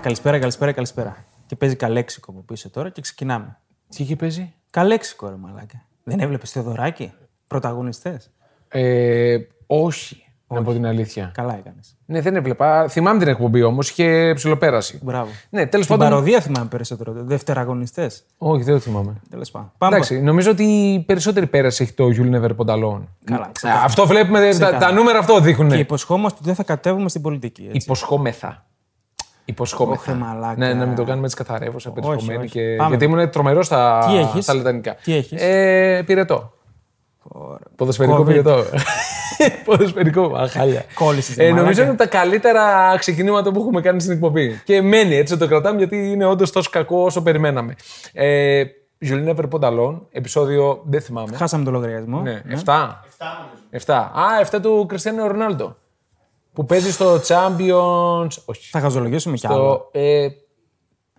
Καλησπέρα, καλησπέρα, καλησπέρα. Και παίζει καλέξικο από πίσω τώρα και ξεκινάμε. Τι είχε παίζει. Καλέξικο, ρε μαλάκα. Δεν έβλεπες Θεοδωράκη, πρωταγωνιστές. Ε, όχι, να πω την αλήθεια. Καλά έκανες. Ναι, δεν έβλεπα. Θυμάμαι την εκπομπή όμως, είχε ψηλοπέραση. Μπράβο. Ναι, τέλος Την πάντων. παροδία θυμάμαι περισσότερο. Δευτεραγωνιστές. Όχι, δεν το θυμάμαι. Τέλος πάντων. Πάμε. Εντάξει, νομίζω ότι περισσότερη πέραση έχει το You'll Never Pond Alone. Καλά, Α, ξεκάθαρα. Αυτό βλέπουμε, τα, Ξεκάθαρα. τα νούμερα αυτό δείχνουν. Και υποσχόμαστε ότι δεν θα κατέβουμε στην πολιτική. Έτσι. Υποσχόμεθα. Υποσχόμεθα. Ωχε μαλάκα. Ναι, να μην το κάνουμε έτσι καθαρεύωσα, πετυχωμένοι. όχι. Και... Πάμε. Γιατί ήμουν τρομερό στα, Τι έχεις? στα λετανικά. Τι έχεις? Ε, πυρετό. Ποδοσφαιρικό Covid. πυρετό. Ποδοσφαιρικό, αχάλια. Κόλλησες, Ε, νομίζω μαλάκα. είναι τα καλύτερα ξεκινήματα που έχουμε κάνει στην εκπομπή. Και μένει έτσι, το κρατάμε γιατί είναι όντως τόσο κακό όσο περιμέναμε. Ε, Ζουλίνα Περπονταλόν, επεισόδιο δεν θυμάμαι. Χάσαμε το λογαριασμό. Ναι, 7. 7. Α, 7 του Κριστιανού Ρονάλντο. Που παίζει στο Champions. Όχι. Θα χαζολογήσουμε κι άλλο. Το, ε,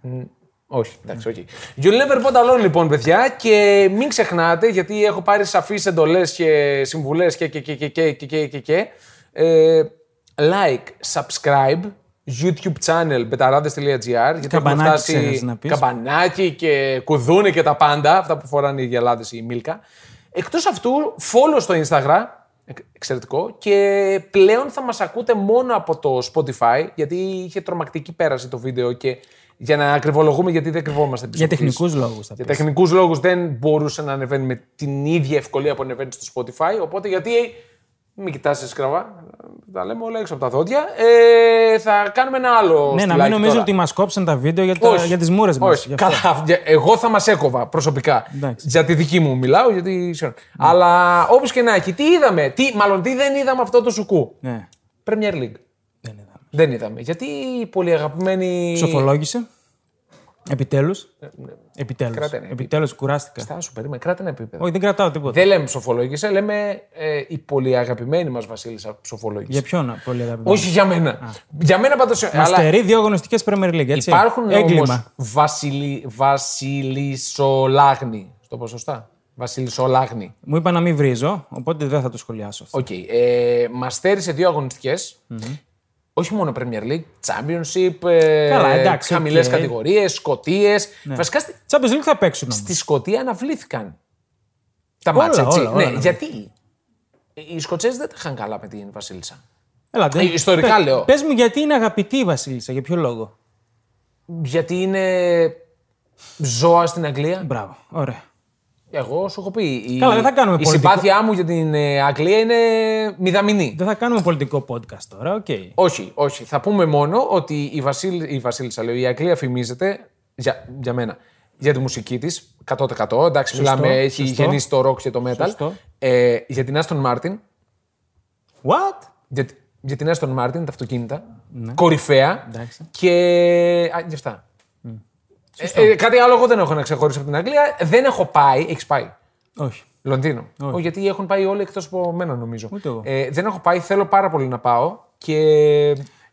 μ, όχι, εντάξει, όχι. You'll never put alone, λοιπόν, παιδιά, και μην ξεχνάτε, γιατί έχω πάρει σαφείς εντολές και συμβουλές και και και και και και και, και, και. Ε, like, subscribe, YouTube channel μπεταράδε.gr. Γιατί Καμπανάκι ξέχασες να πεις. καμπανάκι και κουδούνι και τα πάντα, αυτά που φοράνε οι γελάδες ή η Μίλκα. Εκτός αυτού, follow στο Instagram, εκ- εξαιρετικό, και πλέον θα μας ακούτε μόνο από το Spotify, γιατί είχε τρομακτική πέραση το βίντεο και για να ακριβολογούμε γιατί δεν κρυβόμαστε πίσω. Για από τις- τεχνικούς λόγους θα Για πεις. τεχνικούς λόγους δεν μπορούσε να ανεβαίνει με την ίδια ευκολία που ανεβαίνει στο Spotify. Οπότε γιατί. Μην κοιτάσαι σκραβά. Τα λέμε όλα έξω από τα δόντια. Ε, θα κάνουμε ένα άλλο. Ναι, να στυλάκι μην νομίζω τώρα. ότι μας κόψαν τα βίντεο για, τα, Όχι. για τις μούρες μας. Όχι. Καλά. για- Εγώ θα μας έκοβα προσωπικά. Εντάξει. Για τη δική μου μιλάω. Γιατί... συγγνώμη. Αλλά όπως και να έχει, τι είδαμε. Τι, μάλλον τι δεν είδαμε αυτό το σουκού. Ναι, Premier League. δεν είδαμε. Δεν είδαμε. Γιατί η πολύ αγαπημένη. Ε, Σοφολόγησε. Επιτέλου. Επιτέλου. ναι. Κράτα ναι. ένα Επιτέλους κουράστηκα. Στάσου, περίμενε, κράτα ένα επίπεδο. Όχι, δεν κρατάω τίποτα. Δεν λέμε ψοφολόγησε, λέμε ε, η πολύ αγαπημένη μας Βασίλισσα ψοφολόγησε. Για ποιον πολύ αγαπημένο. Όχι για μένα. Για μένα πάντως. Αλλά Αστερί δύο αγωνιστικές Premier League. Έτσι. υπάρχουν όμω έγκλημα. βασιλι... βασιλισολάγνη. Στο ποσοστά. Βασιλισολάγνη. Μου είπα να μην βρίζω, οπότε δεν θα το σχολιάσω. Οκ. Ε, Μας στέρισε δύο αγωνιστικές. Όχι μόνο Premier League, Championship, ε, Καλά, εντάξει, χαμηλές οκ. Ναι. κατηγορίες, σκοτίες. Βασικά στη- Champions League θα παίξουν. όμως. στη Σκωτία αναβλήθηκαν. Τα Όλα, μάτσα, έτσι. όλα, όλα ναι, αναβλήθηκαν. γιατί οι Σκοτσέζοι δεν τα είχαν καλά με την Βασίλισσα. Έλατε. Ε, ιστορικά λέω. Πες μου γιατί είναι αγαπητή η Βασίλισσα, για ποιο λόγο. Γιατί είναι ζώα στην Αγγλία. Μπράβο. Ωραία. Εγώ σου έχω πει. Η, Καλά, δεν θα κάνουμε η πολιτικό. συμπάθειά μου για την ε, Αγγλία είναι μηδαμινή. Δεν θα κάνουμε πολιτικό podcast τώρα, οκ. Όχι, όχι. Θα πούμε μόνο ότι η, Βασίλη, η Βασίλισσα, λέω, η Αγγλία φημίζεται για, για μένα. Για τη μουσική της, 100%. Εντάξει, μιλάμε, έχει σωστό. γεννήσει το ροκ και το metal. Σωστό. Ε, για την Άστον Μάρτιν, What? για, τη- για την Aston Martin, τα αυτοκίνητα. Κορυφαία. Ναι. Εντάξει. Και. Α, γι' αυτά. Ε, ε, κάτι άλλο εγώ δεν έχω να ξεχωρίσω από την Αγγλία. Δεν έχω πάει. Έχεις πάει. Όχι. Λονδίνο. Όχι, γιατί έχουν πάει όλοι εκτός από μένα νομίζω. Ούτε εγώ. Ε, δεν έχω πάει. Θέλω πάρα πολύ να πάω. Και.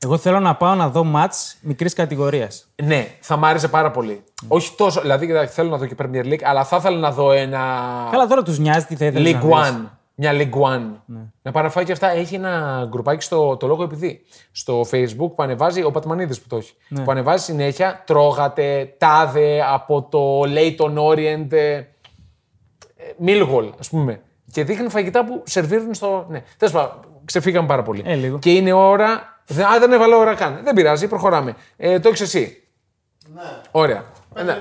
Εγώ θέλω να πάω να δω μάτς μικρής κατηγορίας. Ναι, θα μ' άρεσε πάρα πολύ. Όχι τόσο. Δηλαδή, κοιτάξτε, θέλω να δω και Premier League, αλλά θα ήθελα να δω ένα. Καλά, τώρα τους νοιάζει τι θα ήθελες. League One. Μια League One. Ναι. Να παραφάει και αυτά. Έχει ένα γκρουπάκι στο το λόγο επειδή. Στο Facebook που ανεβάζει, ο Πατμανίδης που το έχει. Ναι. Που ανεβάζει συνέχεια, τρώγατε τάδε από το Leighton Orient. ε, ε, Millwall, ας πούμε. Και δείχνει φαγητά που σερβίρουν στο. Ναι, τέλος πάντων, ξεφύγαμε πάρα πολύ. Ε, λίγο. Και είναι ώρα. Δε- Α, δεν έβαλα ώρα καν. Δεν πειράζει, προχωράμε. Ε, το έχεις εσύ. Ναι. Ωραία. Ναι.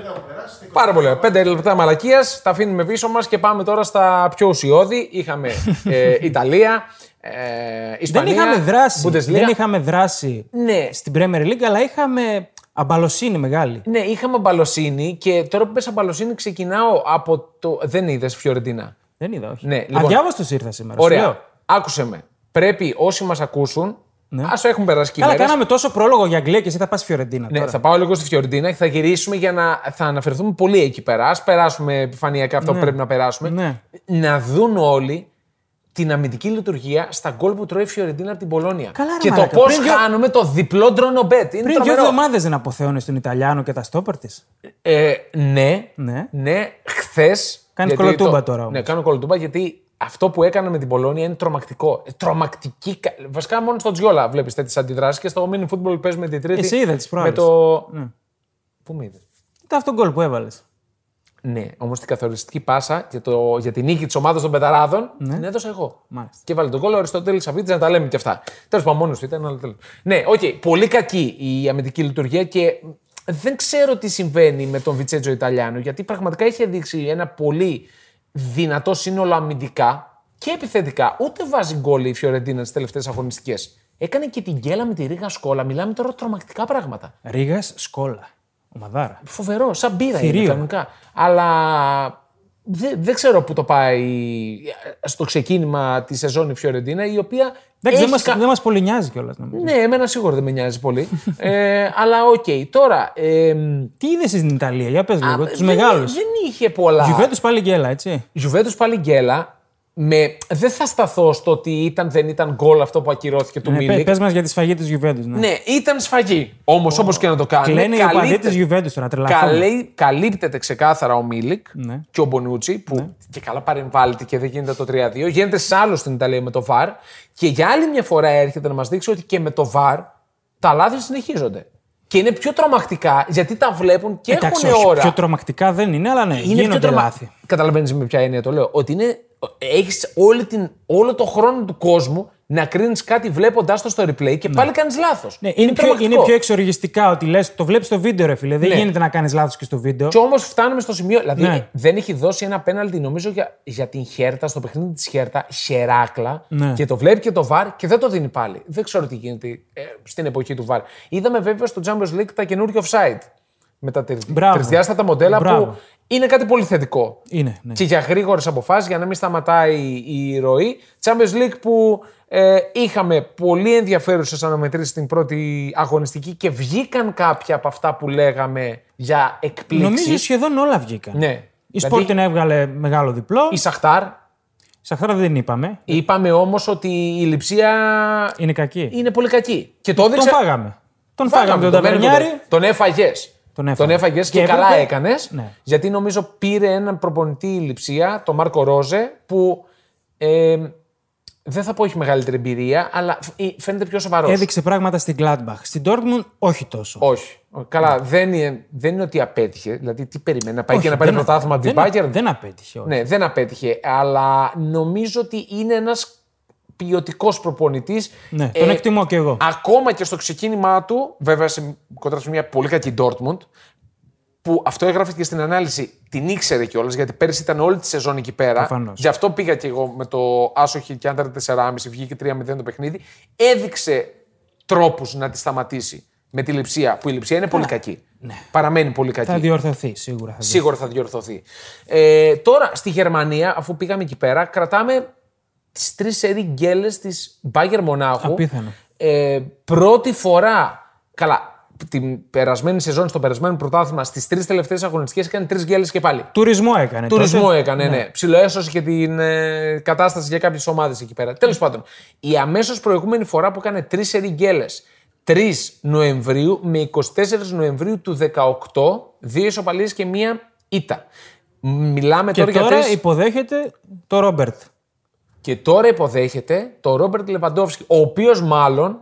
Πάρα πολύ ωραία. Πέντε λεπτά μαλακίας. Τα αφήνουμε πίσω μας και πάμε τώρα στα πιο ουσιώδη. Είχαμε ε, Ιταλία, ε, Δεν Ισπανία. είχαμε δράση. Bundesliga. Δεν είχαμε δράση Ναι, στην Premier League, αλλά είχαμε αμπαλοσύνη μεγάλη. ναι, είχαμε μπαλοσύνη και τώρα που πες μπαλοσύνη ξεκινάω από το. Δεν είδες Φιωρεντίνα. Δεν είδα, όχι. Ναι, λοιπόν. Αδιάβαστο ήρθα σήμερα. σου λέω. Ωραία. Άκουσε με. Πρέπει όσοι μας ακούσουν. Ναι. Ας το έχουν περάσει και οι Καλά, μέρες. κάναμε τόσο πρόλογο για Αγγλία και εσύ θα πας Φιωρεντίνα. Ναι, τώρα. θα πάω λίγο στη Φιωρντίνα και θα γυρίσουμε για να θα αναφερθούμε πολύ εκεί πέρα. Ας περάσουμε επιφανειακά αυτό που πρέπει να περάσουμε. Ναι. Να δουν όλοι την αμυντική λειτουργία στα γκολ που τρώει η Φιωρεντίνα από την Πολώνια. Καλά, ρε και το μαλάκα. πώς Πριν δύο- χάνουμε το διπλό ντρονομπέτ. Είναι Πριν δύο τρομερό. εβδομάδες δεν αποθέωνε τον Ιταλιάνο και τα στόπερ της. Ε, ναι, Ναι. ναι, χθες. Κάνεις κολοτούμπα τώρα όμως. Ναι, κάνω κολοτούμπα γιατί αυτό που έκανε με την Πολώνια είναι τρομακτικό. Ε, Τρομακτική. κα- Βασικά μόνο στο Τζιόλα βλέπεις τέτοιες αντιδράσεις και στο mini football παίζουμε την Τρίτη. Εσύ είδα τις Με προάλλες. το. Ναι. Πού με είδες? Ήταν αυτό το γκολ που έβαλες. Ναι, όμως την καθοριστική πάσα για, το, για την νίκη της ομάδας των Πεταράδων την έδωσα εγώ. Μάλιστα. Και βάλε τον κόλλο Αριστοτέλη Σαββίτζη να τα λέμε και αυτά. Τέλος πάντων, μόνος του ήταν, αλλά τέλος. Ναι, οκ, πολύ κακή η αμυντική λειτουργία και δεν ξέρω τι συμβαίνει με τον Βιτσέτζο Ιταλιάνο, γιατί πραγματικά είχε δείξει ένα πολύ δυνατό σύνολο αμυντικά και επιθετικά. Ούτε βάζει γκολ η Φιωρεντίνα τι τελευταίες αγωνιστικές. Έκανε και την γκέλα με τη Ρίγα Σκόλα. Μιλάμε τώρα τρομακτικά πράγματα. Ρίγα Σκόλα. Ομαδάρα. Φοβερό, σαν μπύρα είναι Θηρίο. κανονικά. Αλλά δεν, δεν ξέρω πού το πάει στο ξεκίνημα της σεζόν η Φιωρεντίνα, η οποία. Εντάξει, έχει δεν κα- μα μας πολύ νοιάζει κιόλας. Ναι, εμένα σίγουρα δεν με νοιάζει πολύ. ε, αλλά οκ, τώρα. Ε, Τι είδες στην Ιταλία, για πες λίγο, τους δεν- μεγάλους. Δεν είχε πολλά. Γιουβέντους πάλι γκέλα, έτσι. Ε, Γιουβέντους πάλι γκέλα. Με, δεν θα σταθώ στο ότι ήταν, δεν ήταν γκολ αυτό που ακυρώθηκε του Ναι, Μίλικ. πες μας για τη σφαγή της Γιουβέντους. Ναι. Ναι, ήταν σφαγή. Όμως, όπως και να το κάνει. Λένε οι οπαδοί καλύπτε- της Γιουβέντους τώρα, τρελαθώ. Καλύ, καλύπτεται ξεκάθαρα ο Μίλικ Ναι. και ο Μπονούτσι που και καλά παρεμβάλλεται και δεν γίνεται το 3-2. Γίνεται σε άλλο στην Ιταλία με το VAR και για άλλη μια φορά έρχεται να μας δείξει ότι και με το VAR τα λάθη συνεχίζονται. Και είναι πιο τρομακτικά γιατί τα βλέπουν και Εντάξει, έχουν όχι, ώρα. πιο τρομακτικά δεν είναι, αλλά ναι, Είναι πιο γίνονται τρομα- λάθη. Καταλαβαίνεις με ποια έννοια το λέω. Ότι είναι, έχεις όλη την, όλο το χρόνο του κόσμου να κρίνεις κάτι βλέποντάς το στο replay και πάλι κάνεις λάθος. Ναι, είναι, πιο, τρομακτικό. είναι πιο εξοργιστικά ότι λες, το βλέπεις στο βίντεο, ρε φίλε. Δεν Ναι. γίνεται να κάνεις λάθος και στο βίντεο. Και όμως φτάνουμε στο σημείο. Δηλαδή Ναι. δεν έχει δώσει ένα πέναλτι, νομίζω, για, για την Χέρτα, στο παιχνίδι της Χέρτα, χεράκλα. Ναι. Και το βλέπει και το βαρ και δεν το δίνει πάλι. Δεν ξέρω τι γίνεται ε, στην εποχή του βαρ. Είδαμε βέβαια στο Champions League τα καινούργια offside. Με τα τρι- Μπράβο. τρισδιάστατα μοντέλα που Μπράβο. είναι κάτι πολύ θετικό. Είναι, ναι. Και για γρήγορες αποφάσεις, για να μην σταματάει η ροή. Champions League που ε, είχαμε πολύ ενδιαφέρουσες αναμετρήσεις στην πρώτη αγωνιστική και βγήκαν κάποια από αυτά που λέγαμε για εκπλήξεις. Νομίζω σχεδόν όλα βγήκαν. Ναι. Η Δηλαδή, Sporting έβγαλε μεγάλο διπλό. η Σαχτάρ, Σαχάρα δεν είπαμε. είπαμε όμως ότι η λειψία Είναι κακή. είναι πολύ κακή. Και το Τον έδειξε. φάγαμε. Τον φάγαμε τον Ταβερνιάρη. Τον έφαγες. Τον έφαγες. έφαγες και, Και έπρεπε- καλά έκανες. Ναι. Γιατί νομίζω πήρε έναν προπονητή η λειψία, τον Μάρκο Ρόζε, που ε, δεν θα πω έχει μεγαλύτερη εμπειρία, αλλά φ- ε, φαίνεται πιο σοβαρός. Έδειξε πράγματα στην Gladbach. Στην Dortmund όχι τόσο. Όχι. Καλά, δεν, είναι, δεν είναι ότι απέτυχε. Δηλαδή, τι περιμένει να πάει Όχι, και να πάρει δεν- πρωτάθλημα από την δεν- Bayern. Δεν απέτυχε. όχι. Ναι, δεν απέτυχε. Αλλά νομίζω ότι είναι ένας ποιοτικός προπονητής. Ναι, τον εκτιμώ κι εγώ. Ε, Ακόμα και στο ξεκίνημά του, βέβαια σε, κοντά σε μια πολύ κακή Dortmund, που αυτό έγραφε και στην ανάλυση, την ήξερε κιόλας, γιατί πέρσι ήταν όλη τη σεζόν εκεί πέρα. Προφανώς. Γι' αυτό πήγα κι εγώ με το άσοχη και άντρα 4,5, βγήκε 3-0 το παιχνίδι. Έδειξε τρόπους να τη σταματήσει με τη λειψία, που η λειψία είναι πολύ κακή. Παραμένει πολύ κακή. Ναι. Θα διορθωθεί σίγουρα. Θα διορθωθεί. Ναι. Σίγουρα θα διορθωθεί. Ε, τώρα στη Γερμανία, αφού πήγαμε εκεί πέρα, κρατάμε τις τρεις σερή γκέλες της Μπάγκερ Μονάχου. Απίθανο. Ε, πρώτη φορά. Καλά, την περασμένη σεζόν, στο περασμένο πρωτάθλημα, στις τρεις τελευταίες αγωνιστικές έκανε τρεις γκέλες και πάλι. Τουρισμό έκανε. Τουρισμό τότε. έκανε, ναι. Ψιλοέσωσε και την ε, κατάσταση για κάποιες ομάδες εκεί πέρα. Τέλος πάντων, η αμέσως προηγούμενη φορά που έκανε τρεις ερηγγέλε. 3 Νοεμβρίου με 24 Νοεμβρίου του 18, δύο ισοπαλίες και μία ήττα. Μιλάμε Και τώρα, τώρα για τρεις... υποδέχεται το Ρόμπερτ. Και τώρα υποδέχεται το Ρόμπερτ Λεβαντόφσκι, ο οποίος μάλλον,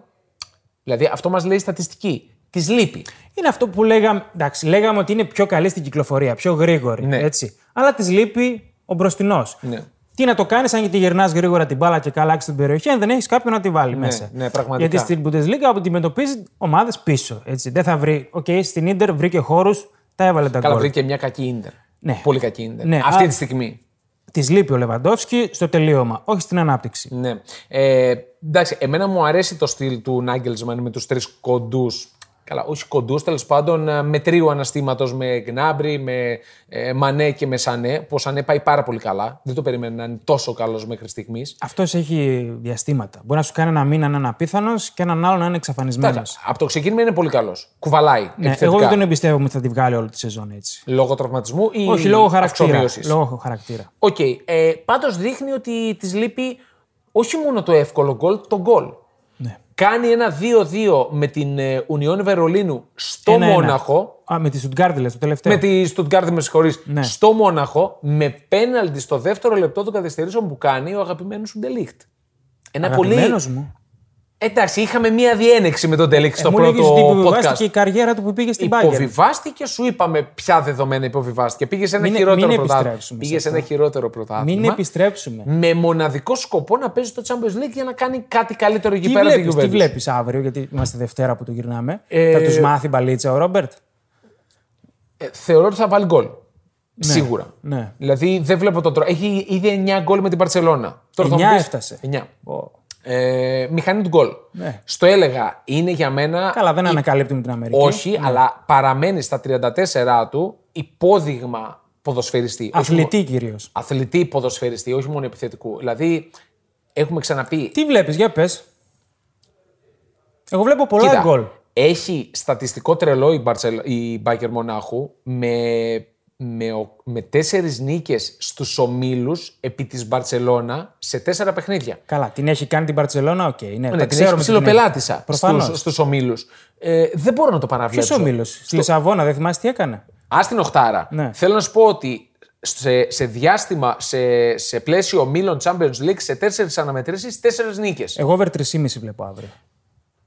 δηλαδή αυτό μας λέει η στατιστική, της λείπει. Είναι αυτό που λέγαμε. Εντάξει, λέγαμε ότι είναι πιο καλή στην κυκλοφορία, πιο γρήγορη. Ναι. Έτσι. Αλλά της λείπει ο μπροστινός. Ναι. Τι να το κάνεις αν και τη γυρνά γρήγορα την μπάλα και καλά έχεις την περιοχή, αν δεν έχεις κάποιον να τη βάλει μέσα. ναι, πραγματικά. Γιατί στην Bundesliga αντιμετωπίζει ομάδες πίσω. Έτσι. Δεν θα βρει. Οκ, στην ντερ βρήκε χώρους, τα έβαλε τα Καλά, γκολ. βρήκε μια κακή ίντερ. Ναι. Πολύ κακή ίντερ. Ναι, Αυτή α- τη στιγμή. Τη λείπει ο Λεβαντόφσκι στο τελείωμα, όχι στην ανάπτυξη. Ναι. Ε, εντάξει, εμένα μου αρέσει το στυλ του Νάγκελσμαν με τους τρεις κοντούς. Καλά, όχι κοντούς, τέλος πάντων ε, μετρίου αναστήματος με Γκνάμπρι, με ε, Μανέ και με Σανέ. Που ο Σανέ πάει πάρα πολύ καλά. Δεν το περίμενα να είναι τόσο καλός μέχρι στιγμής. Αυτός έχει διαστήματα. Μπορεί να σου κάνει ένα μήνα να είναι απίθανος και έναν άλλο να είναι εξαφανισμένος. Από το ξεκίνημα είναι πολύ καλός. Κουβαλάει. Ναι, επιθετικά. εγώ δεν τον εμπιστεύομαι ότι θα τη βγάλει όλη τη σεζόν έτσι. Λόγω τραυματισμού ή Όχι, λόγω χαρακτήρα. αυτομείωσης. Λόγω χαρακτήρα. Οκ. Ε, Πάντως δείχνει ότι της λείπει όχι μόνο το εύκολο γκολ, το γκολ. Ναι. Κάνει ένα 2-2 με την ε, Union Βερολίνου στο Ένα-ένα. Μόναχο. Α, με τη Σουτγκάρδη λες το τελευταίο. Με τη Στουτγκάρδη, με συγχωρείς. Ναι. Στο Μόναχο, με πέναλτι στο δεύτερο λεπτό των καθυστερήσεων που κάνει ο αγαπημένος σου Ντελίχτ. Ένα πολύ. Ε, Αγαπημένος μου. Εντάξει, είχαμε μία διένεξη με τον Ντελίχτ στο Μου λέγεις πρώτο ότι podcast. υποβιβάστηκε η καριέρα του που πήγε στην Bayern. Υποβιβάστηκε, σου είπαμε ποια δεδομένα υποβιβάστηκε. Πήγες σε ένα Μην- χειρότερο μην πρωτάθλημα. επιστρέψουμε σε Πήγες σε ένα αυτό. χειρότερο πρωτάθλημα. Μην επιστρέψουμε. Με μοναδικό σκοπό να παίζεις το Champions League για να κάνει κάτι καλύτερο εκεί Τι πέρα βλέπεις, την τι βλέπεις αύριο, γιατί είμαστε Δευτέρα που το γυρνάμε. Ε, Θα τους μάθει μπαλίτσα ο Ρόμπερτ. θεωρώ ότι θα βάλει γκολ. Σίγουρα. ναι. Δηλαδή δεν βλέπω τον τρόπο. Έχει ήδη 9 γκολ με την Παρσελώνα. Εννιά έφτασε. 9. Ε, μηχανή του γκολ. Ναι. Στο έλεγα, είναι για μένα. Καλά, ναι. δεν ανακαλύπτουμε την Αμερική. Όχι, αλλά παραμένει στα 34 του υπόδειγμα ποδοσφαιριστή. Όχι Αθλητή κυρίω. μόνο- Αθλητή ποδοσφαιριστή, όχι μόνο επιθετικού. Δηλαδή, έχουμε ξαναπεί. Τι βλέπεις, για πες. Εγώ βλέπω πολλά Κοίτα, γκολ. Έχει στατιστικό τρελό η, Μπαρσελ, η Μπάκερ Μονάχου με, με, ο- με τέσσερις νίκες στους ομίλους επί της Μπαρσελώνα σε τέσσερα παιχνίδια. Καλά, την έχει κάνει την Παρσελόνα, οκ. ναι, Ναι, τα την έχει ξέρουμε τι την έχει. ψηλοπελάτησα Προφανώς. στους, στους ομίλους. Ε, δεν μπορώ να το παραβλέψω. Ποιος ομίλος. Στη Λισαβόνα, δεν θυμάσαι τι έκανε. Α την Οχτάρα. Ναι. Θέλω να σου πω ότι σε, σε διάστημα, σε, σε πλαίσιο ομίλων Champions League, σε τέσσερις αναμετρήσεις, τέσσερις νίκες. Εγώ over 3,5 βλέπω αύριο.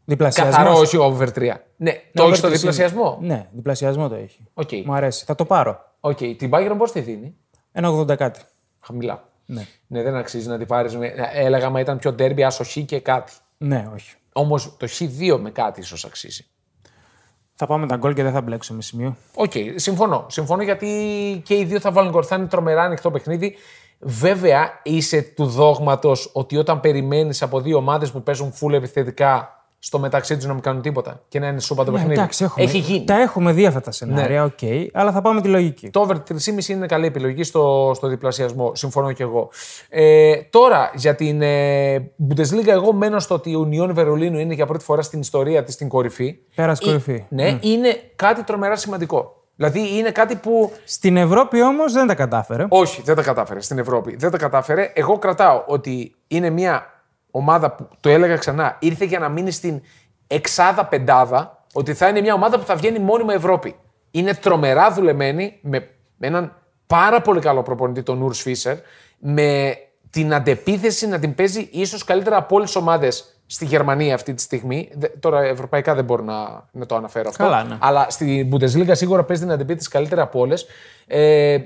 Διπλασιασμός. Καθαρό, όχι over 3. Ναι, το έχεις στο διπλασιασμό. Ναι, διπλασιασμό το έχει. Οκ. Μου αρέσει. Θα το πάρω. Οκ, Την Bayern πώς τη δίνει. Ένα 80 κάτι. Χαμηλά. Ναι. Ναι, δεν αξίζει να την πάρει. Έλεγα, μα ήταν πιο ντέρμπι, άσο χ και κάτι. Ναι, όχι. Όμως το χ2 με κάτι ίσως αξίζει. Θα πάμε τα γκολ και δεν θα μπλέξουμε σημείο. Οκ, συμφωνώ. Συμφωνώ γιατί και οι δύο θα βάλουν γκολ. Θα είναι τρομερά ανοιχτό παιχνίδι. Βέβαια, είσαι του δόγματος ότι όταν περιμένεις από δύο ομάδες που παίζουν full επιθετικά στο μεταξύ τους να μην κάνουν τίποτα και να είναι σούπα το παιχνίδι. Ναι, εντάξει, έχουμε, Έχει γίνει. Ναι. Τα έχουμε δει αυτά τα σενάρια, οκ. αλλά θα πάμε τη λογική. Το over 3,5 είναι καλή επιλογή στο, στο διπλασιασμό. Συμφωνώ και εγώ. Ε, τώρα για την ε, Bundesliga, εγώ μένω στο ότι η Union Βερολίνου είναι για πρώτη φορά στην ιστορία της στην κορυφή. Πέρας Ε, κορυφή. Mm. Ναι, είναι κάτι τρομερά σημαντικό. Δηλαδή είναι κάτι που Στην Ευρώπη όμως δεν τα κατάφερε. όχι, δεν τα κατάφερε στην Ευρώπη. Δεν τα κατάφερε. Εγώ κρατάω ότι είναι μια ομάδα που το έλεγα ξανά, ήρθε για να μείνει στην εξάδα πεντάδα, ότι θα είναι μια ομάδα που θα βγαίνει μόνιμα Ευρώπη. Είναι τρομερά δουλεμένη με, με έναν πάρα πολύ καλό προπονητή, τον Ουρ Φίσερ, με την αντεπίθεση να την παίζει ίσως καλύτερα από όλες τις ομάδες στη Γερμανία αυτή τη στιγμή. Δε- Τώρα ευρωπαϊκά δεν μπορώ να, να το αναφέρω αυτό. Καλά, ναι. Αλλά στην Bundesliga σίγουρα παίζει την αντεπίθεση καλύτερα από όλες. Ε,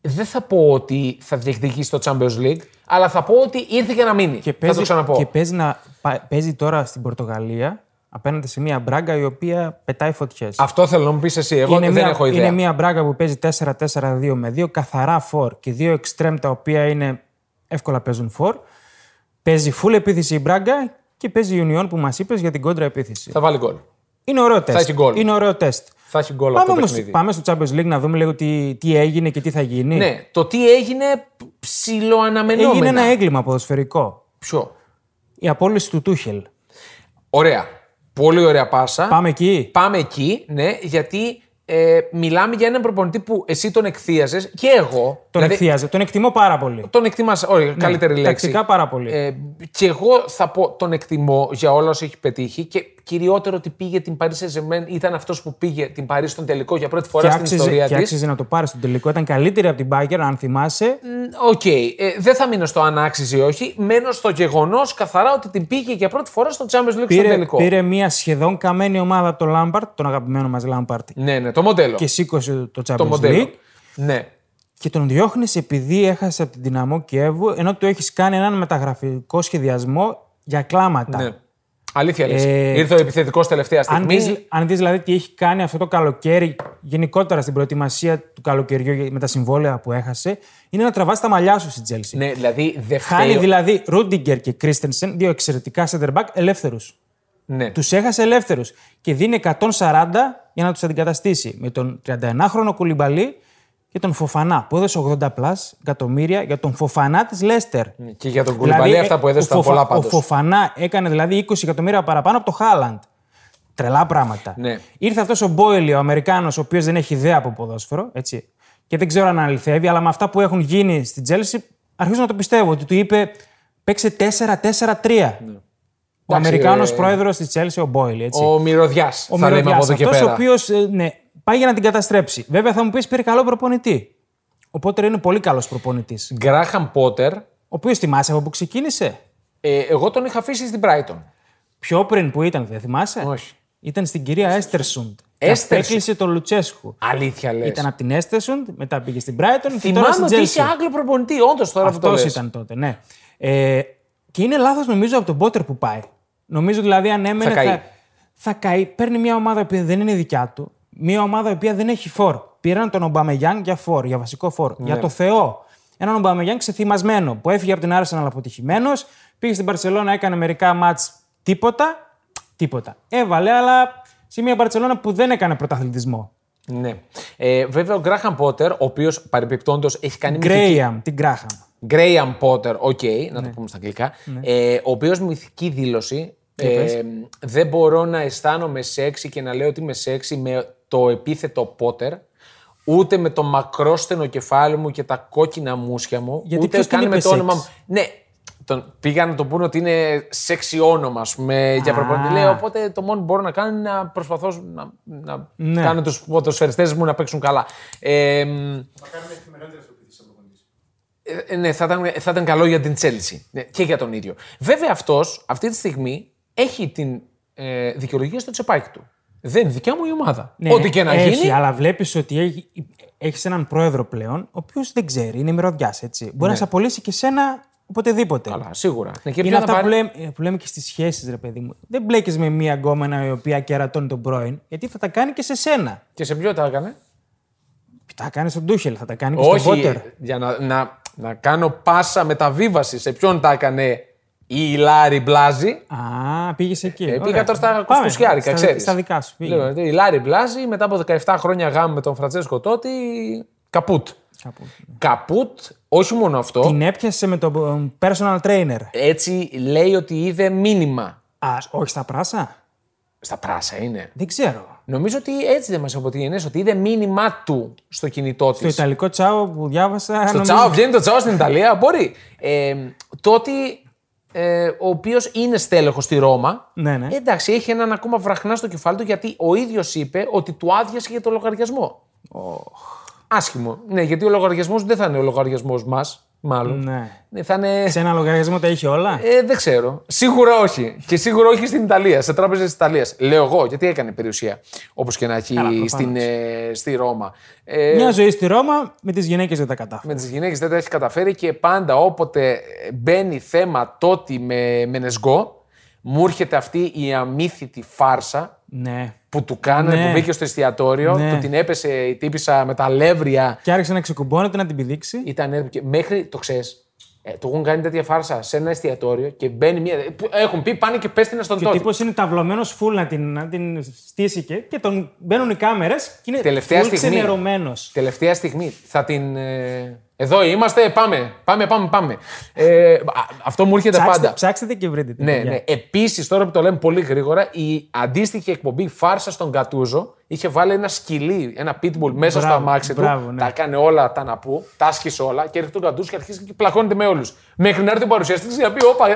δεν θα πω ότι θα διεκδικήσει το Champions League, αλλά θα πω ότι ήρθε για να μείνει. Και θα το ξαναπώ. και παίζει, να, πα- παίζει τώρα στην Πορτογαλία απέναντι σε μια μπράγκα η οποία πετάει φωτιές. Αυτό θέλω να μου πεις εσύ. Εγώ δεν μια, έχω ιδέα. είναι μια μπράγκα που παίζει 4-4-2 με δύο καθαρά φορ και δύο εξτρέμ τα οποία είναι εύκολα παίζουν φορ. Παίζει full επίθεση η μπράγκα και παίζει η Union που μας είπες για την κόντρα επίθεση. Θα βάλει γκολ. Είναι ωραίο τεστ. έχει γκολ. Είναι ωραίο τεστ. Θα έχει γκολ αυτό Πάμε, το όμως, παιχνίδι. πάμε στο Champions League να δούμε λίγο τι, τι έγινε και τι θα γίνει. Ναι, το τι έγινε ψιλοαναμενόμενα. Έγινε ένα έγκλημα ποδοσφαιρικό. Ποιο. Η απόλυση του Τούχελ. Ωραία. Πολύ ωραία πάσα. Πάμε εκεί. Πάμε εκεί, ναι, γιατί ε, μιλάμε για έναν προπονητή που εσύ τον εκθίαζες και εγώ. Τον δηλαδή, εκθίαζε. Τον εκτιμώ πάρα πολύ. Τον εκτιμάς. Όχι, καλύτερη λέξη. τακτικά πάρα πολύ. Ε, και εγώ θα πω τον εκτιμώ για όλα όσα έχει πετύχει και κυριότερο ότι πήγε την Paris Saint-Germain. Ήταν αυτός που πήγε την Paris στον τελικό για πρώτη Και φορά στην άξιζε, ιστορία και της. άξιζε να το πάρει στον τελικό. Ήταν καλύτερη από την Bayern, αν θυμάσαι. Οκ. Ε, δεν θα μείνω στο αν άξιζε ή όχι. Μένω στο γεγονός καθαρά ότι την πήγε για πρώτη φορά στο Champions League στον Πήρε, τελικό. πήρε μια σχεδόν καμένη ομάδα από τον Λάμπαρτ, τον αγαπημένο μας Λάμπαρτ, Ναι, ναι, το μοντέλο. και σήκωσε το το Champions μοντέλο. League. Ναι. Και τον διώχνει επειδή έχασε από την Δυναμό Κιέβου, ενώ του έχεις κάνει έναν μεταγραφικό σχεδιασμό για κλάματα. ναι. Αλήθεια λες. Ε, Ήρθε ο επιθετικός τελευταίας Αν στιγμής. δεις, αν δεις δηλαδή τι έχει κάνει αυτό το καλοκαίρι, γενικότερα στην προετοιμασία του καλοκαιριού με τα συμβόλαια που έχασε, είναι να τραβάς τα μαλλιά σου στην Τζέλση. Ναι, δηλαδή δεν Χάνει φταίει- δηλαδή Ρούντιγκερ και Κρίστενσεν, δύο εξαιρετικά center back, ελεύθερους. Ναι. Τους έχασε ελεύθερους και δίνει 140 για να τους αντικαταστήσει με τον 31χρονο Κουλιμπαλί και τον Φοφανά που έδωσε 80 πλάς εκατομμύρια για τον Φοφανά της Λέστερ. Και για τον Κουλιμπαλί αυτά που έδωσε δηλαδή, ε, ο Φοφα- ήταν πολλά πάντως. Ο Φοφανά έκανε δηλαδή 20 εκατομμύρια παραπάνω από το Χάλαντ. Τρελά πράγματα. Ναι. Ήρθε αυτός ο Μπόιλι, ο Αμερικάνος, ο οποίος δεν έχει ιδέα από ποδόσφαιρο. Έτσι. Και δεν ξέρω αν αληθεύει, αλλά με αυτά που έχουν γίνει Ναι. στην Τζέλση, αρχίζω να το πιστεύω ότι του είπε παίξε 4-4-3. Ο Αμερικάνο πρόεδρος της Chelsea, ο Μπόιλ. έτσι. ε, Ο μυρωδιάς. Ο Θα λέμε από εδώ και αυτός ο πέρα. οποίος ναι, πάει για να την καταστρέψει. Βέβαια θα μου πεις πήρε καλό προπονητή. Ο Πότερ είναι πολύ καλός προπονητής. Γκράχαμ Πότερ, Ο οποίος θυμάσαι από που ξεκίνησε. ε, εγώ τον είχα αφήσει στην Brighton. Πιο πριν που ήταν, δεν θυμάσαι. Όχι. Ήταν στην κυρία Έστερσουντ. Έστερσουντ. Έκλεισε τον Λουτσέσκου. Αλήθεια λες. Ήταν από την Έστερσουντ, μετά πήγε στην Brighton και τώρα Θυμάμαι στην ότι είσαι Chelsea. Άγγλο προπονητή, όντως τώρα που Αυτό το λες. ήταν τότε, ναι. Ε, και είναι λάθος νομίζω από τον Πότερ που πάει. Νομίζω δηλαδή αν έμενε. Θα καεί. Θα, θα καεί. Παίρνει μια ομάδα που δεν είναι δικιά του. Μια ομάδα η οποία δεν έχει φόρ. Πήραν τον Ομπαμεγιάν για φόρ, για βασικό φόρ. Ναι. Για το Θεό. Έναν Ομπαμεγιάν ξεθυμασμένο που έφυγε από την Arsenal αποτυχημένος. Πήγε στην Παρσελώνα, έκανε μερικά μάτ τίποτα. Τίποτα. Έβαλε, αλλά σε μια Παρσελώνα που δεν έκανε πρωταθλητισμό. Ναι. Ε, βέβαια, ο Γκράχαμ Πότερ, ο οποίος παρεμπιπτόντως έχει κάνει μυθική. Γκρέιαμ, την Γκράχαμ. Γκρέιαμ Πότερ, οκ, να Ναι. το πούμε στα αγγλικά. Ε, ο οποίος μυθική δήλωση. Ε, δεν μπορώ να αισθάνομαι σεξι και να λέω ότι είμαι σεξι με το επίθετο Πότερ, ούτε με το μακρόστενο κεφάλι μου και τα κόκκινα μουσια μου, Γιατί ούτε ποιος τον καν είπε με το σεξ? όνομα μου. Ναι, τον, πήγα να το πούνε ότι είναι σεξι όνομα, ας πούμε, για Α. προπονητή. Λέω, οπότε το μόνο που μπορώ να κάνω είναι να προσπαθώ να, να Ναι. κάνω τους ποδοσφαιριστές μου να παίξουν καλά. Ε, μ, ε, ναι, θα ήταν, θα ήταν καλό για την Τσέλσι ναι, και για τον ίδιο. Βέβαια αυτός αυτή τη στιγμή έχει την ε, δικαιολογία στο τσεπάκι του. Δεν είναι δικιά μου η ομάδα. Ναι, Ό,τι και να έχει, γίνει. αλλά βλέπεις ότι έχει έχεις έναν πρόεδρο πλέον, ο οποίος δεν ξέρει, είναι μυρωδιάς έτσι. Μπορεί να σε απολύσει και σένα οποτεδήποτε. Ναι. Καλά, σίγουρα. Ναι, και Είναι ποιο θα αυτά πάρει- που λέμε, ε, που λέμε και στις σχέσεις, ρε παιδί μου. Δεν μπλέκεις με μία γκόμενα η οποία κερατώνει τον πρώην, γιατί θα τα κάνει και σε σένα. Και σε ποιο τα έκανε. Τα κάνει στον Τούχελ, θα τα κάνει και στον Όχι, Πότερ. για να, να, να κάνω πάσα μεταβίβαση σε ποιον τα έκανε η Λάρη Μπλάζη. Α, πήγες εκεί. Ε, πήγα Ωραία. τώρα στα Πάμε. κουσκουσιάρικα, Στα, ξέρεις. στα δικά σου. Πήγε. Λοιπόν, η Λάρη Μπλάζη μετά από 17 χρόνια γάμου με τον Φραντσέσκο Τότι, καπούτ. Κάπου. Καπούτ, όχι μόνο αυτό. Την έπιασε με τον ε, personal trainer. Έτσι λέει ότι είδε μήνυμα. Α, όχι στα πράσα. Στα πράσα είναι. Δεν ξέρω. Νομίζω ότι έτσι δεν μας αποτείνει, ότι είδε μήνυμά του στο κινητό Το τη. Στο ιταλικό τσάο που διάβασα. νομίζω- τσάο, βγαίνει το τσάο στην Ιταλία, μπορεί. Ε, το ότι ε, ο οποίος είναι στέλεχος στη Ρώμα. Ναι, ναι. Εντάξει, έχει έναν ακόμα βραχνά στο κεφάλι του γιατί ο ίδιος είπε ότι του άδειασε για το λογαριασμό. Άσχημο. Ναι, γιατί ο λογαριασμός δεν θα είναι ο λογαριασμός μας, μάλλον. Ναι. Ναι, θα είναι. Σε ένα λογαριασμό τα είχε όλα. Ε, δεν ξέρω. Σίγουρα όχι. Και σίγουρα όχι στην Ιταλία, σε τράπεζες της Ιταλίας. Λέω εγώ, γιατί έκανε περιουσία. Όπως και να έχει προφανώς. στην, ε, στη Ρώμα. Ε, Μια ζωή στη Ρώμα με τις γυναίκες δεν τα κατάφερε. Με τις γυναίκες δεν τα έχει καταφέρει και πάντα όποτε μπαίνει θέμα τότε με, με νεσγκό, μου έρχεται αυτή η αμύθιτη φάρσα Ναι. που του κάνανε, Ναι. που μπήκε στο εστιατόριο, Ναι. του την έπεσε η τύπησα με τα λεύρια Και άρχισε να ξεκουμπώνεται να την πηδήξει. ήταν έτοιμο και μέχρι το ξέρεις. Ε, του έχουν κάνει τέτοια φάρσα σε ένα εστιατόριο και μπαίνει μία. που Έχουν πει πάνε και πέστηνα στον Και ο τόπο. τύπος είναι ταυλωμένος φουλ να την, να την στήσει και, και τον μπαίνουν οι κάμερες και είναι Τελευταία full στιγμή. ξενερωμένος. Τελευταία στιγμή θα την. ε, εδώ είμαστε, πάμε, πάμε, πάμε. πάμε. Ε, α, αυτό μου έρχεται Ψάξτε, πάντα. ψάξτε και βρείτε. την, Ναι, παιδιά. ναι. Επίσης, τώρα που το λέμε πολύ γρήγορα, η αντίστοιχη εκπομπή Φάρσα στον Κατούζο είχε βάλει ένα σκυλί, ένα pitbull μέσα στο Μπράβο, αμάξι του. μπράβο, ναι. Τα έκανε όλα τα να πού, τα άσκησε όλα και έρχεται ο Κατούζος και αρχίζει και πλακώνεται με όλους. Μέχρι να έρθει ο παρουσιαστής και να πει: Όπα,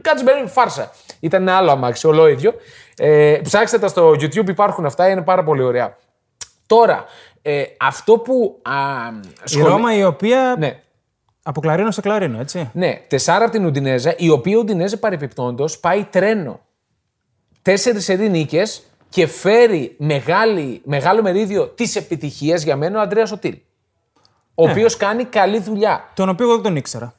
κάτσε μπαίνει φάρσα. Ήταν ένα άλλο αμάξι, όλο ίδιο. Ε, ψάξτε τα στο YouTube, υπάρχουν αυτά, είναι πάρα πολύ ωραία. Τώρα, ε, αυτό που. Α, Η σχολ- Ρώμα η οποία Ναι. από κλαρίνο σε κλαρίνο, έτσι. Ναι, τεσσάρα από την Ουντινέζα, η οποία Ουντινέζα παρεπιπτόντως πάει τρένο. Τέσσερις σερή νίκες και φέρει μεγάλη, μεγάλο μερίδιο της επιτυχίας για μένα ο Αντρέα Σωτήλ. Ναι. Ο οποίος κάνει καλή δουλειά. Τον οποίο εγώ δεν τον ήξερα.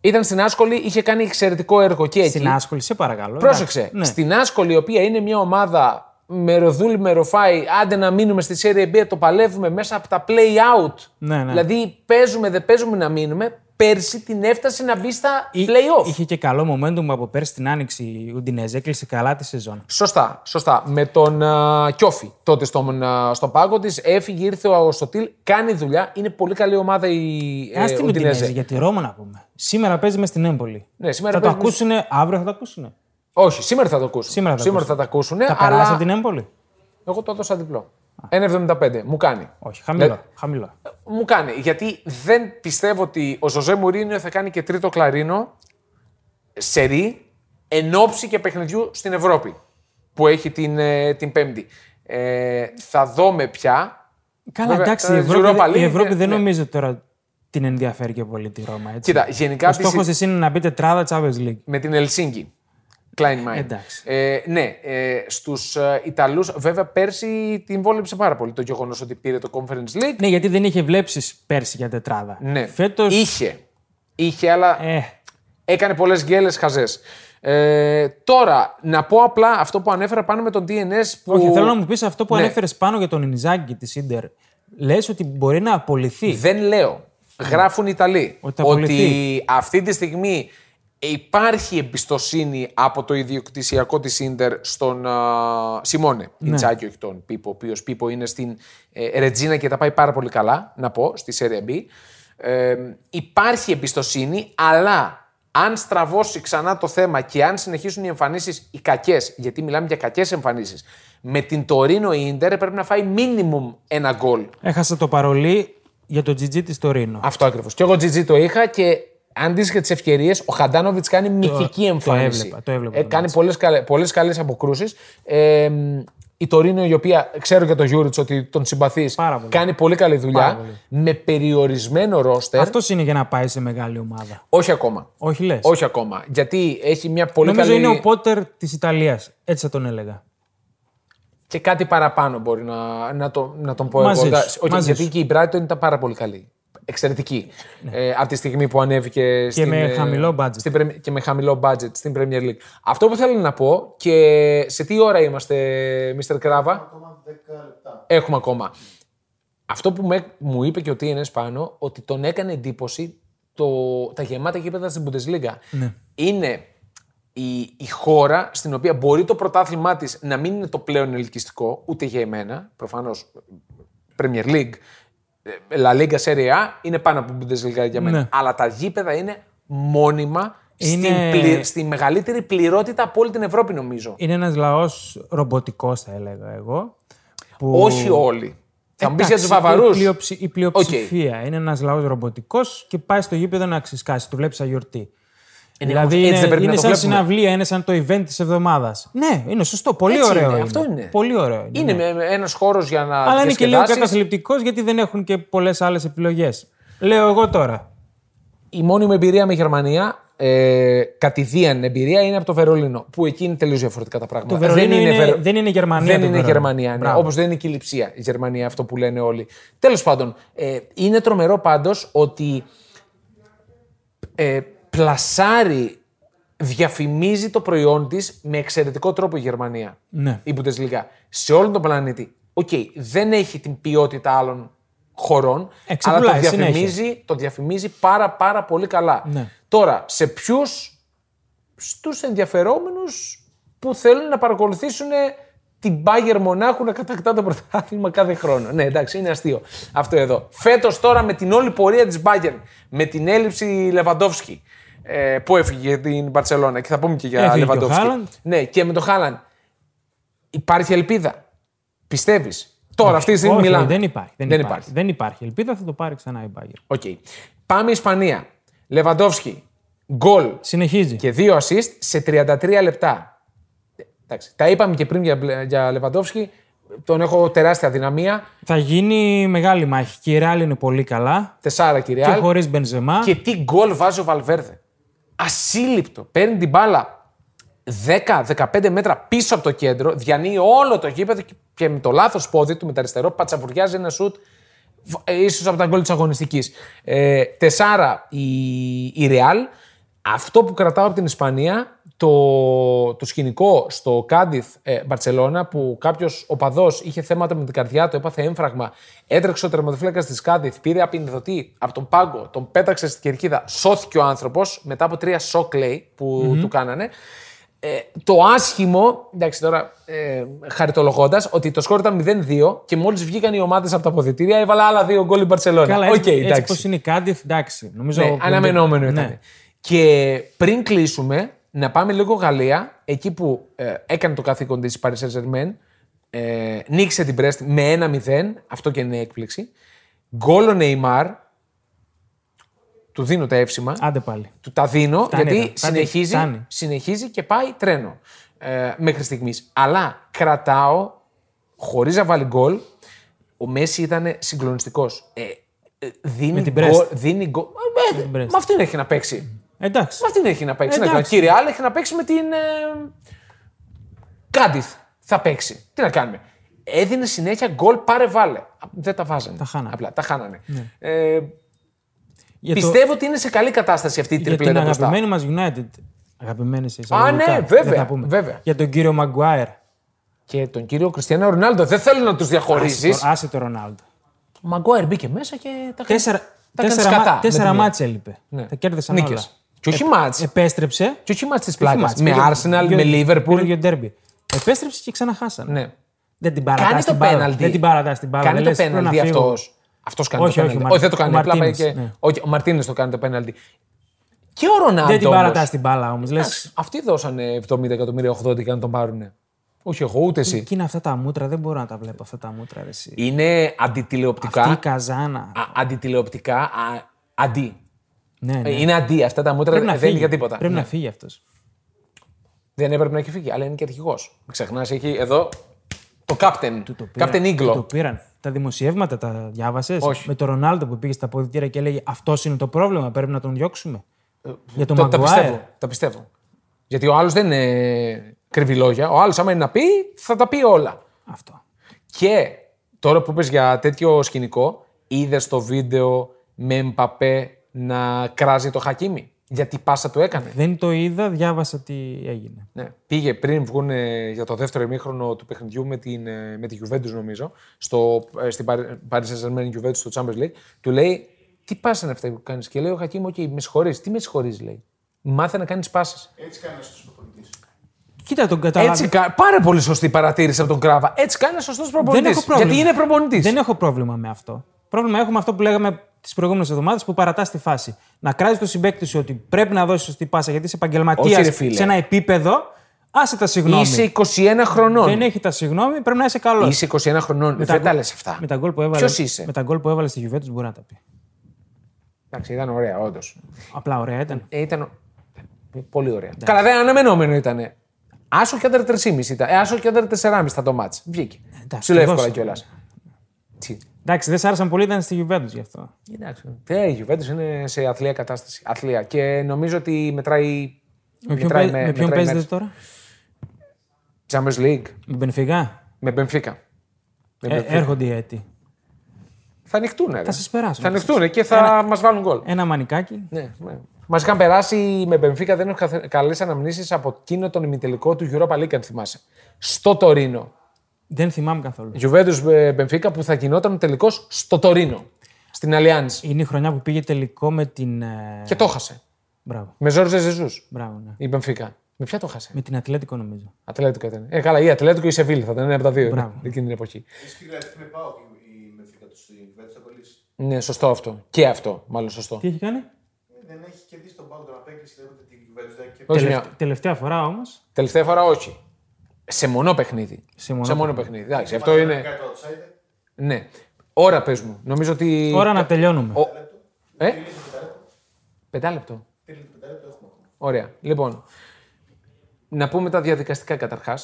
Ήταν στην Άσκολη, είχε κάνει εξαιρετικό έργο και εκεί. Στην άσκολη, σε παρακαλώ. Πρόσεξε. Εντάξει, Ναι. Στην Άσκολη, η οποία είναι μια ομάδα μεροδούλη, μεροφάει, άντε να μείνουμε στη Serie B, το παλεύουμε μέσα από τα play out. Ναι, ναι. Δηλαδή παίζουμε, δεν παίζουμε να μείνουμε. Πέρσι την έφτασε να μπει στα Εί- play off. Είχε και καλό momentum από πέρσι την άνοιξη η Ουντινέζα. Έκλεισε καλά τη σεζόν. Σωστά, σωστά. Με τον α, Κιόφι τότε στον, α, στον πάγκο της. Έφυγε, ήρθε ο Αοστοτήλ, κάνει δουλειά. Είναι πολύ καλή ομάδα η ε, Α την Ουντινέζε. Ουντινέζα, για τη Ρώμα να πούμε. Σήμερα παίζει μες στην Έμπολη. Ναι, θα σήμερα το παίζει μες- ακούσουν, αύριο θα το ακούσουν. Όχι, σήμερα θα το ακούσουν. Σήμερα θα το ακούσουν. τα ακούσουν. Θα Ε, αλλά περάσει από την Έμπολη. εγώ το έδωσα διπλό. 1,75. Μου κάνει. Όχι, χαμηλό. Ναι. χαμηλό. Μου κάνει. Γιατί δεν πιστεύω ότι ο Ζωζέ Μουρίνιο θα κάνει και τρίτο κλαρίνο σερί εν ώψη και παιχνιδιού στην Ευρώπη που έχει την, ε, την Πέμπτη. Ε, θα δούμε πια. Καλά, Βέβαια, εντάξει, τα η Ευρώπη, Europa League, η Ευρώπη ναι, δεν ναι. νομίζω τώρα την ενδιαφέρει και πολύ τη Ρώμα. Έτσι. Κοίτα, γενικά Ο της- στόχο της είναι να μπει τετράδα Champions League. με την Ελσίνκη. Klein Mind. Εντάξει. Ε, ναι, ε, στους Ιταλούς, βέβαια πέρσι την βόλεψε πάρα πολύ το γεγονός ότι πήρε το Conference League. Ναι, γιατί δεν είχε βλέψεις πέρσι για τετράδα. Ναι, Φέτος. είχε. Είχε, αλλά Ε, Έκανε πολλές γκέλες χαζές. Ε, τώρα, να πω απλά αυτό που ανέφερα πάνω με τον DNS. Που... όχι, θέλω να μου πεις αυτό που Ναι. ανέφερες πάνω για τον Ινιζάκη τη Ιντερ. Λες ότι μπορεί να απολυθεί. Δεν λέω. Γράφουν οι Ιταλοί Ε, Ότι θα απολυθεί. ότι αυτή τη στιγμή υπάρχει εμπιστοσύνη από το ιδιοκτησιακό της Ίντερ στον α, Σιμώνε Ναι. Ιντσάκη, όχι τον Πίπο, ο οποίος Πίπο είναι στην ε, Ρετζίνα και τα πάει πάρα πολύ καλά, να πω, στη Σέρια B. Ε, υπάρχει εμπιστοσύνη, αλλά αν στραβώσει ξανά το θέμα και αν συνεχίσουν οι εμφανίσεις οι κακές, γιατί μιλάμε για κακές εμφανίσεις, με την Τωρίνο η Ίντερ πρέπει να φάει μίνιμουμ ένα γκολ Έχασα το παρολί για το GG της Τωρίνο. αυτό ακριβώς. Και εγώ GG το είχα και αντίστοιχα τις ευκαιρίες, ο Χαντάνοβιτ κάνει μυθική το εμφάνιση. έβλεπα, το έβλεπα Ε, το κάνει πολλέ πολλές καλές αποκρούσεις. Ε, μ, η Τωρίνο, η οποία ξέρω για τον Γιούριτ ότι τον συμπαθείς, Πάρα πολύ. κάνει πολύ καλή δουλειά. πολύ. Με περιορισμένο ρόστερ. Αυτός είναι για να πάει σε μεγάλη ομάδα. Όχι ακόμα. Όχι λες. Όχι ακόμα. Γιατί έχει μια πολύ Νομίζω καλή. είναι ο Πότερ της Ιταλίας. Έτσι θα τον έλεγα. Και κάτι παραπάνω μπορεί να, να, το, να τον πω Μαζί εγώ. σου, Όχι, μαζί γιατί σου. και η Brighton ήταν πάρα πολύ καλή. Εξαιρετική. Ε, από τη στιγμή που ανέβηκε. Και Ναι. με χαμηλό budget. Στην, Πρεμ- και με χαμηλό budget στην Premier League. Αυτό που θέλω να πω και σε τι ώρα είμαστε, Mr. Κράβα. Έχουμε ακόμα. Αυτό που με, μου είπε και ο Τίνες πάνω, ότι τον έκανε εντύπωση το, τα γεμάτα γήπεδα στην Bundesliga. Ναι. Είναι η, η χώρα στην οποία μπορεί το πρωτάθλημά της να μην είναι το πλέον ελκυστικό, ούτε για εμένα, προφανώς Premier League, ε, La Liga Serie A, είναι πάνω από την Bundesliga για μένα. Ναι. Αλλά τα γήπεδα είναι μόνιμα Είναι- στην πλη- στη μεγαλύτερη πληρότητα από όλη την Ευρώπη, νομίζω. Είναι ένας λαός ρομποτικός, θα έλεγα εγώ. Που... Όχι όλοι. Θα μου πεις για τους Εντάξει, Βαβαρού. Η, πλειοψη- η πλειοψηφία είναι ένας λαός ρομποτικός και πάει στο γήπεδο να ξεσκάσει. Του βλέπεις σαν γιορτή. δηλαδή όμως, είναι, έτσι δεν πρέπει να είναι το σαν βλέπουμε. συναυλία, είναι σαν το event της εβδομάδας. Ναι, είναι σωστό. Πολύ Έτσι ωραίο. είναι, αυτό είναι. Πολύ ωραίο. Είναι, Είναι ναι. ένας χώρος για να. Αλλά είναι και λίγο διασκεδάσεις. καταθλιπτικός γιατί δεν έχουν και πολλές άλλες επιλογές. Λέω εγώ τώρα. Η μόνη μου εμπειρία με Γερμανία, ε, κατηδίαν εμπειρία, είναι από το Βερολίνο. Που εκεί είναι τελείως διαφορετικά τα πράγματα. Το Βερολίνο είναι- Βερο- δεν είναι Γερμανία Δεν το είναι Βερολίνο. Γερμανία. Ναι. Μπράβο. Όπως δεν είναι και η Λιψία η Γερμανία, αυτό που λένε όλοι. Τέλος πάντων, ε, είναι τρομερό πάντως ότι ε, πλασάρει, διαφημίζει το προϊόν της με εξαιρετικό τρόπο η Γερμανία. Ναι. Η Bundesliga. Σε όλο τον πλανήτη. Οκ, δεν έχει την ποιότητα άλλων χωρών, Ε, αλλά το ξεπουλάει συνέχεια. διαφημίζει διαφημίζει- το διαφημίζει πάρα πάρα πολύ καλά. Ναι. Τώρα, σε ποιους στους ενδιαφερόμενους που θέλουν να παρακολουθήσουν την Bayern Μονάχου να κατακτά το πρωτάθλημα κάθε χρόνο. Ναι, εντάξει, είναι αστείο αυτό εδώ. Φέτος τώρα με την όλη πορεία της Bayern, με την έλλειψη Λεβαντόφσκι ε, που έφυγε για την Μπαρσελόνα και θα πούμε και για Έφυγε και ο Λεβαντόφσκι. Χάλαντ. Ναι, και με το Χάλαν. Υπάρχει ελπίδα. Πιστεύεις. Τώρα, αυτή τη στιγμή Όχι, μιλάμε. δεν υπάρχει. Δεν, Δεν υπάρχει. υπάρχει. Δεν υπάρχει. Ελπίδα θα το πάρει ξανά η Μπάγκερ. Οκ. Πάμε Ισπανία. Λεβαντόφσκι. Γκολ Συνεχίζει. και δύο assist σε 33 λεπτά. Ε, Εντάξει, τα είπαμε και πριν για, Μπλε- για Λεβαντόφσκι. Τον έχω τεράστια δυναμία. Θα γίνει μεγάλη μάχη. Και η Ρεάλ είναι πολύ καλά. Τεσσάρα κυρία. Και χωρίς Μπενζεμά. Και τι γκολ βάζει ο Βαλβέρδε. Ασύλληπτο. Παίρνει την μπάλα 10-15 μέτρα πίσω από το κέντρο, διανύει όλο το γήπεδο και- και με το λάθος πόδι του, με το αριστερό, πατσαβουριάζει ένα σουτ. β- ε, ίσως από τα γκολ της αγωνιστικής. Ε, τεσσάρα η, η Ρεάλ. Αυτό που κρατάω από την Ισπανία, το, το σκηνικό στο Κάντιθ ε, Μπαρσελόνα, που κάποιος οπαδό είχε θέματα με την καρδιά του, έπαθε έμφραγμα, έτρεξε ο τερματοφύλακας της Κάντιθ, πήρε απεινιδωτή από τον πάγκο, τον πέταξε στην κερκίδα, σώθηκε ο άνθρωπος μετά από τρία σοκ, λέει, που του κάνανε. Ε, το άσχημο, εντάξει τώρα ε, χαριτολογώντας, ότι το σκόρ ήταν 0-2 και μόλις βγήκαν οι ομάδες από τα αποδητήρια έβαλα άλλα δύο γκολ η Μπαρσελόνα. Καλά, Οκ, έτσι, έτσι εντάξει. πώς είναι η Κάντιθ, εντάξει. Νομίζω Ναι, ότι- αναμενόμενο ήταν. Ναι. Και πριν κλείσουμε, να πάμε λίγο Γαλλία, εκεί που ε, έκανε το καθήκον της Paris Saint-Germain. Ε, νίκησε την Πρέστη με 1-0, αυτό και είναι έκπληξη. Γκόλ ο Νεϊμάρ. του δίνω τα εύσημα. Άντε πάλι. Του τα δίνω Φτάνει, γιατί ρε. Φτάνει, συνεχίζει, φτάνει. συνεχίζει και πάει τρένο ε, μέχρι στιγμής. Αλλά κρατάω χωρίς να βάλει γκολ. Ο Μέση ήταν συγκλονιστικός. Ε, ε, δίνει την γκολ- Brest. Δίνει γκολ. Ε, ε, την με Brest. αυτήν έχει να παίξει. Εντάξει. Με αυτήν έχει να παίξει. Εντάξει. Να κάνει. Κύριε Άλλη, έχει να παίξει με την. Ε, Κάντιθ θα παίξει. Τι να κάνουμε. Έδινε συνέχεια γκολ πάρε βάλε. Δεν τα βάζανε. Τα χάνανε. Απλά τα χάνανε. Ε, Για το- Πιστεύω ότι είναι σε καλή κατάσταση αυτή η για την τριπλέτα μπροστά. αγαπημένη μας United. Αγαπημένη σε ναι, εισαγωγικά. δεν βέβαια, θα πούμε. βέβαια. Για τον κύριο Μαγκουάιρ. Και τον κύριο Κριστιανό Ρονάλντο δεν θέλω να τους διαχωρίζεις. Άσε το Ρονάλντο. Ο Μαγκόερ μπήκε μέσα και τα Τέσσερα, έκανε τέσσερα, σκατά μα- με τέσσερα τη μία. μάτσε έλειπε. Ναι. Τα κέρδισαν Νίκες. όλα. Ε, Και όχι μάτς. Επέστρεψε. Και όχι μάτς της Όχι πλάκας. μάτς, Με πήγε- Arsenal, πήγε- με πήγε Liverpool. για ντέρμπι. Επέστρεψε και ξαναχάσανε. Ναι. Δεν την παρατάς Κάνει το την μπάλα. πέναλτι. Δεν την παρατάς την μπάλα. Κάνει Δεν το λες, πρέπει να πέναλτι φύγω. αυτός. Αυτός κάνει Όχι, το όχι, πέναλτι. ο Όχι, δεν το Μαρτίνες. κάνει. Απλά πάει και. Μαρτίνες, ναι. Όχι, ο Μαρτίνες το κάνει το πέναλτι. Και ο Ρονάλντο. Δεν την παρατάς την μπάλα όμως. Λες. Αυτοί δώσανε 70 εκατομμύρια 80 για να τον πάρουν. Όχι εγώ, ούτε εσύ. Εκείνα αυτά τα μούτρα δεν μπορώ να τα βλέπω αυτά τα μούτρα. Ρε, εσύ. Είναι Αυτή η αντιτηλεοπτικά. καζάνα. α- Αντιτηλεοπτικά. α, Αντί. Ναι, ναι. Ε, Είναι αντί. Αυτά τα μούτρα Πρέπει να δεν είναι φύγει. για τίποτα. Πρέπει Ναι. να φύγει αυτός. Δεν έπρεπε να έχει φύγει, αλλά είναι και αρχηγός. Μην ξεχνάς, έχει εδώ το captain. Το πήραν. Captain Eagle. Το πήραν. Τα δημοσιεύματα τα διάβασες. Όχι. Με τον Ρονάλντο που πήγε στα ποδητήρια και έλεγε Αυτός είναι το πρόβλημα. Πρέπει να τον διώξουμε. Για τον Ε, Το- τα, Μαγκουάιρ. πιστεύω, τα πιστεύω. Γιατί ο άλλος δεν είναι κρύβει λόγια. Ο άλλος, άμα είναι να πει, θα τα πει όλα. Αυτό. Και τώρα που είπες για τέτοιο σκηνικό, είδες το βίντεο με Μπαπέ να κράζει το Χακίμι. Γιατί πάσα του έκανε. Δεν το είδα, διάβασα τι έγινε. Ναι. Πήγε πριν βγουν ε, για το δεύτερο ημίχρονο του παιχνιδιού με, την, ε, με τη Juventus, νομίζω, στο, ε, στην Παρι- Paris Saint-Germain Juventus στο Champions League, του λέει «Τι πάση είναι αυτά που κάνεις» και λέει ο Χακίμ «Οκ, με συγχωρείς». Τι με συγχωρείς, λέει. Μάθε να κάνεις πάσες. Ε, Έτσι κάνει στου προπονητή. Κοίτα τον καταλάβει. Έτσι, κα- πάρα πολύ σωστή παρατήρηση από τον Κράβα. Έτσι κάνει ένα σωστό προπονητής. έχω πρόβλημα. Γιατί είναι προπονητής. Δεν έχω πρόβλημα με αυτό. Πρόβλημα έχω με αυτό που λέγαμε τις προηγούμενες εβδομάδες που παρατά τη φάση. Να κράζει το συμπέκτη σου ότι πρέπει να δώσεις σωστή πάσα γιατί είσαι Όχι, ρε επαγγελματία φίλε. σε ένα επίπεδο. Άσε τα συγγνώμη. Είσαι 21 χρονών. Δεν έχει τα συγγνώμη, πρέπει να είσαι καλός. Είσαι 21 χρονών. Δεν τα λες αυτά. Με τα γκολ που έβαλες. Ποιος είσαι? Με τα γκολ που έβαλες στη Juventus μπορεί να τα πει. Εντάξει, ήταν ωραία, όντως. Απλά ωραία ήταν. Ε, ήταν. Πολύ ωραία. Καλά, δεν αναμενόμενο ήταν. Άσο και άντερ 3,5 ήταν. Ε, άσο και άντερ 4,5 ήταν το μάτς. Βγήκε. Ε, εντάξει, Ψηλό εύκολα δώσε. κιόλα. Εντάξει, δεν σ' άρεσαν πολύ, ήταν στη Juventus γι' αυτό. Εντάξει. Ε, η Juventus είναι σε αθλία κατάσταση. Αθλία. Και νομίζω ότι μετράει. Με ποιον, μετράει παί... με ποιον μετράει παίζετε μέρες. τώρα, Champions League. με Μπενφυγά. Με Benfica. Με Ε, Benfica. έρχονται οι αίτη. Θα ανοιχτούν. ρε. Θα σας περάσουν. Θα ανοιχτούν και θα μας βάλουν γκολ. Ένα μανικάκι. Ναι, ναι. Μας είχαν περάσει με Μπενφίκα, δεν έχω καθε- καλές αναμνήσεις από εκείνο τον ημιτελικό του Europa League, αν θυμάσαι. Στο Τωρίνο. Δεν θυμάμαι Ε, καθόλου. Γιουβέντου Μπενφίκα που θα γινόταν τελικός στο Τωρίνο. Στην Αλιάνς. Είναι η χρονιά που πήγε τελικό με την. ε, Και το χάσε. Μπράβο. Με Ζόρζε Ζεζού Μπράβο, ναι. η Μπενφίκα. Με ποια το χάσε. Με την Ατλέτικο νομίζω. Ατλέτικο ήταν. Ε, καλά, η Ατλέτικο ή η Σεβίλη θα ήταν ένα από τα δύο Μπράβο. εκείνη την εποχή. Έχει και δηλαδή με πάω η μεθήκα του στην κυβέρνηση θα κολλήσει. Ναι, σωστό αυτό. Και αυτό, μάλλον σωστό. Τι έχει κάνει. Ε, Δεν έχει και δει στον πάγκο τον απέκλεισε λέγοντα την κυβέρνηση. δεν έχει και- Όχι Τελευ- μια. Τελευταία φορά όμως. Τελευταία φορά όχι. Σε μονό παιχνίδι. Σε μονό παιχνίδι. Εντάξει, αυτό είναι. Κάτι outsider. Ναι. Ώρα πες μου. Νομίζω ότι. Ώρα να τελειώνουμε. Ο- Ε? Τελείωσε το πεντάλεπτο. Πεντάλεπτο. Τελείωσε το πεντάλεπτο, έχουμε ακόμα. Ωραία. Λοιπόν, να πούμε τα διαδικαστικά καταρχάς.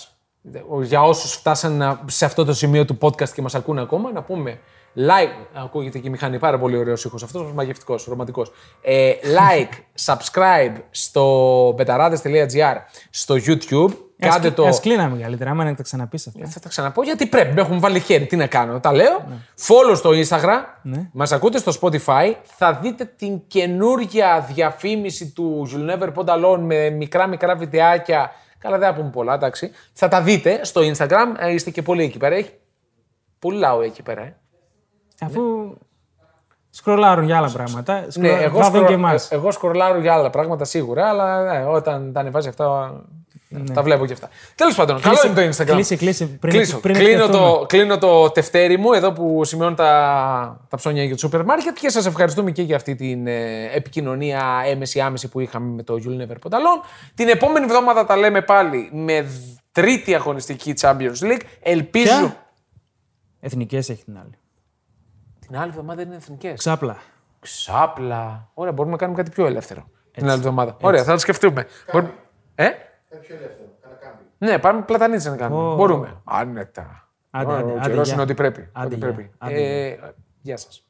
Για όσους φτάσαν να- σε αυτό το σημείο του podcast και μας ακούνε ακόμα, να πούμε like. Ακούγεται και η μηχανή, πάρα πολύ ωραίος ήχος αυτός, μαγευτικός, ρομαντικός. Ε, like, subscribe στο betarades.gr στο YouTube. Ας Κάντε κλ- το. Ε, Ας κλείναμε καλύτερα, άμα να τα ξαναπείς αυτά. Θα τα ξαναπώ γιατί πρέπει. Με έχουν βάλει χέρι. Τι να κάνω, τα λέω. Follow στο Instagram. Ναι. Μας ακούτε στο Spotify. Θα δείτε την καινούργια διαφήμιση του You'll Never Pond Alone με μικρά-μικρά βιντεάκια. Καλά, δεν θα πούμε πολλά, εντάξει. Θα τα δείτε στο Instagram. Ε, Είστε και πολύ εκεί πέρα. Έχει πολύ λαό εκεί πέρα. Ε. Αφού σκρολάρουν για άλλα πράγματα, σκρο... Ναι, εγώ, βάζουν σκρο... και εμάς. ε, εγώ σκορλάρω για άλλα πράγματα σίγουρα, αλλά ναι, όταν τα ανεβάζει αυτά. Ναι. Τα βλέπω και αυτά. Τέλος πάντων, καλό είναι το Instagram. Κλείσε, κλείσε. Πριν, Κλείσω. πριν κλείνω, εκτεθούμε. το, κλείνω το τευτέρι μου εδώ που σημειώνω τα, τα ψώνια για το σούπερ μάρκετ και σας ευχαριστούμε και για αυτή την ε, επικοινωνία έμεση-άμεση που είχαμε με το You'll Never Put Alone. Την επόμενη εβδομάδα τα λέμε πάλι με δ- τρίτη αγωνιστική Champions League. Ελπίζω. Ποια? Εθνικές έχει την άλλη. Την άλλη εβδομάδα είναι εθνικές. Ξάπλα. Ξάπλα. Ωραία, μπορούμε να κάνουμε κάτι πιο ελεύθερο την άλλη εβδομάδα. Ωραία, θα το σκεφτούμε. Μπορεί... Ε? Κάποιο ελεύθερο, κανένα κάμπι. Ναι, πάμε πλατανίτσα να κάνουμε. Ω. Μπορούμε. Άνετα. Άντε, Ο άντε, άντε, καιρός γεια. είναι ό,τι πρέπει. Ε, Άντε, Ό,τι γεια. πρέπει. Άντε, Ε, Γεια σας.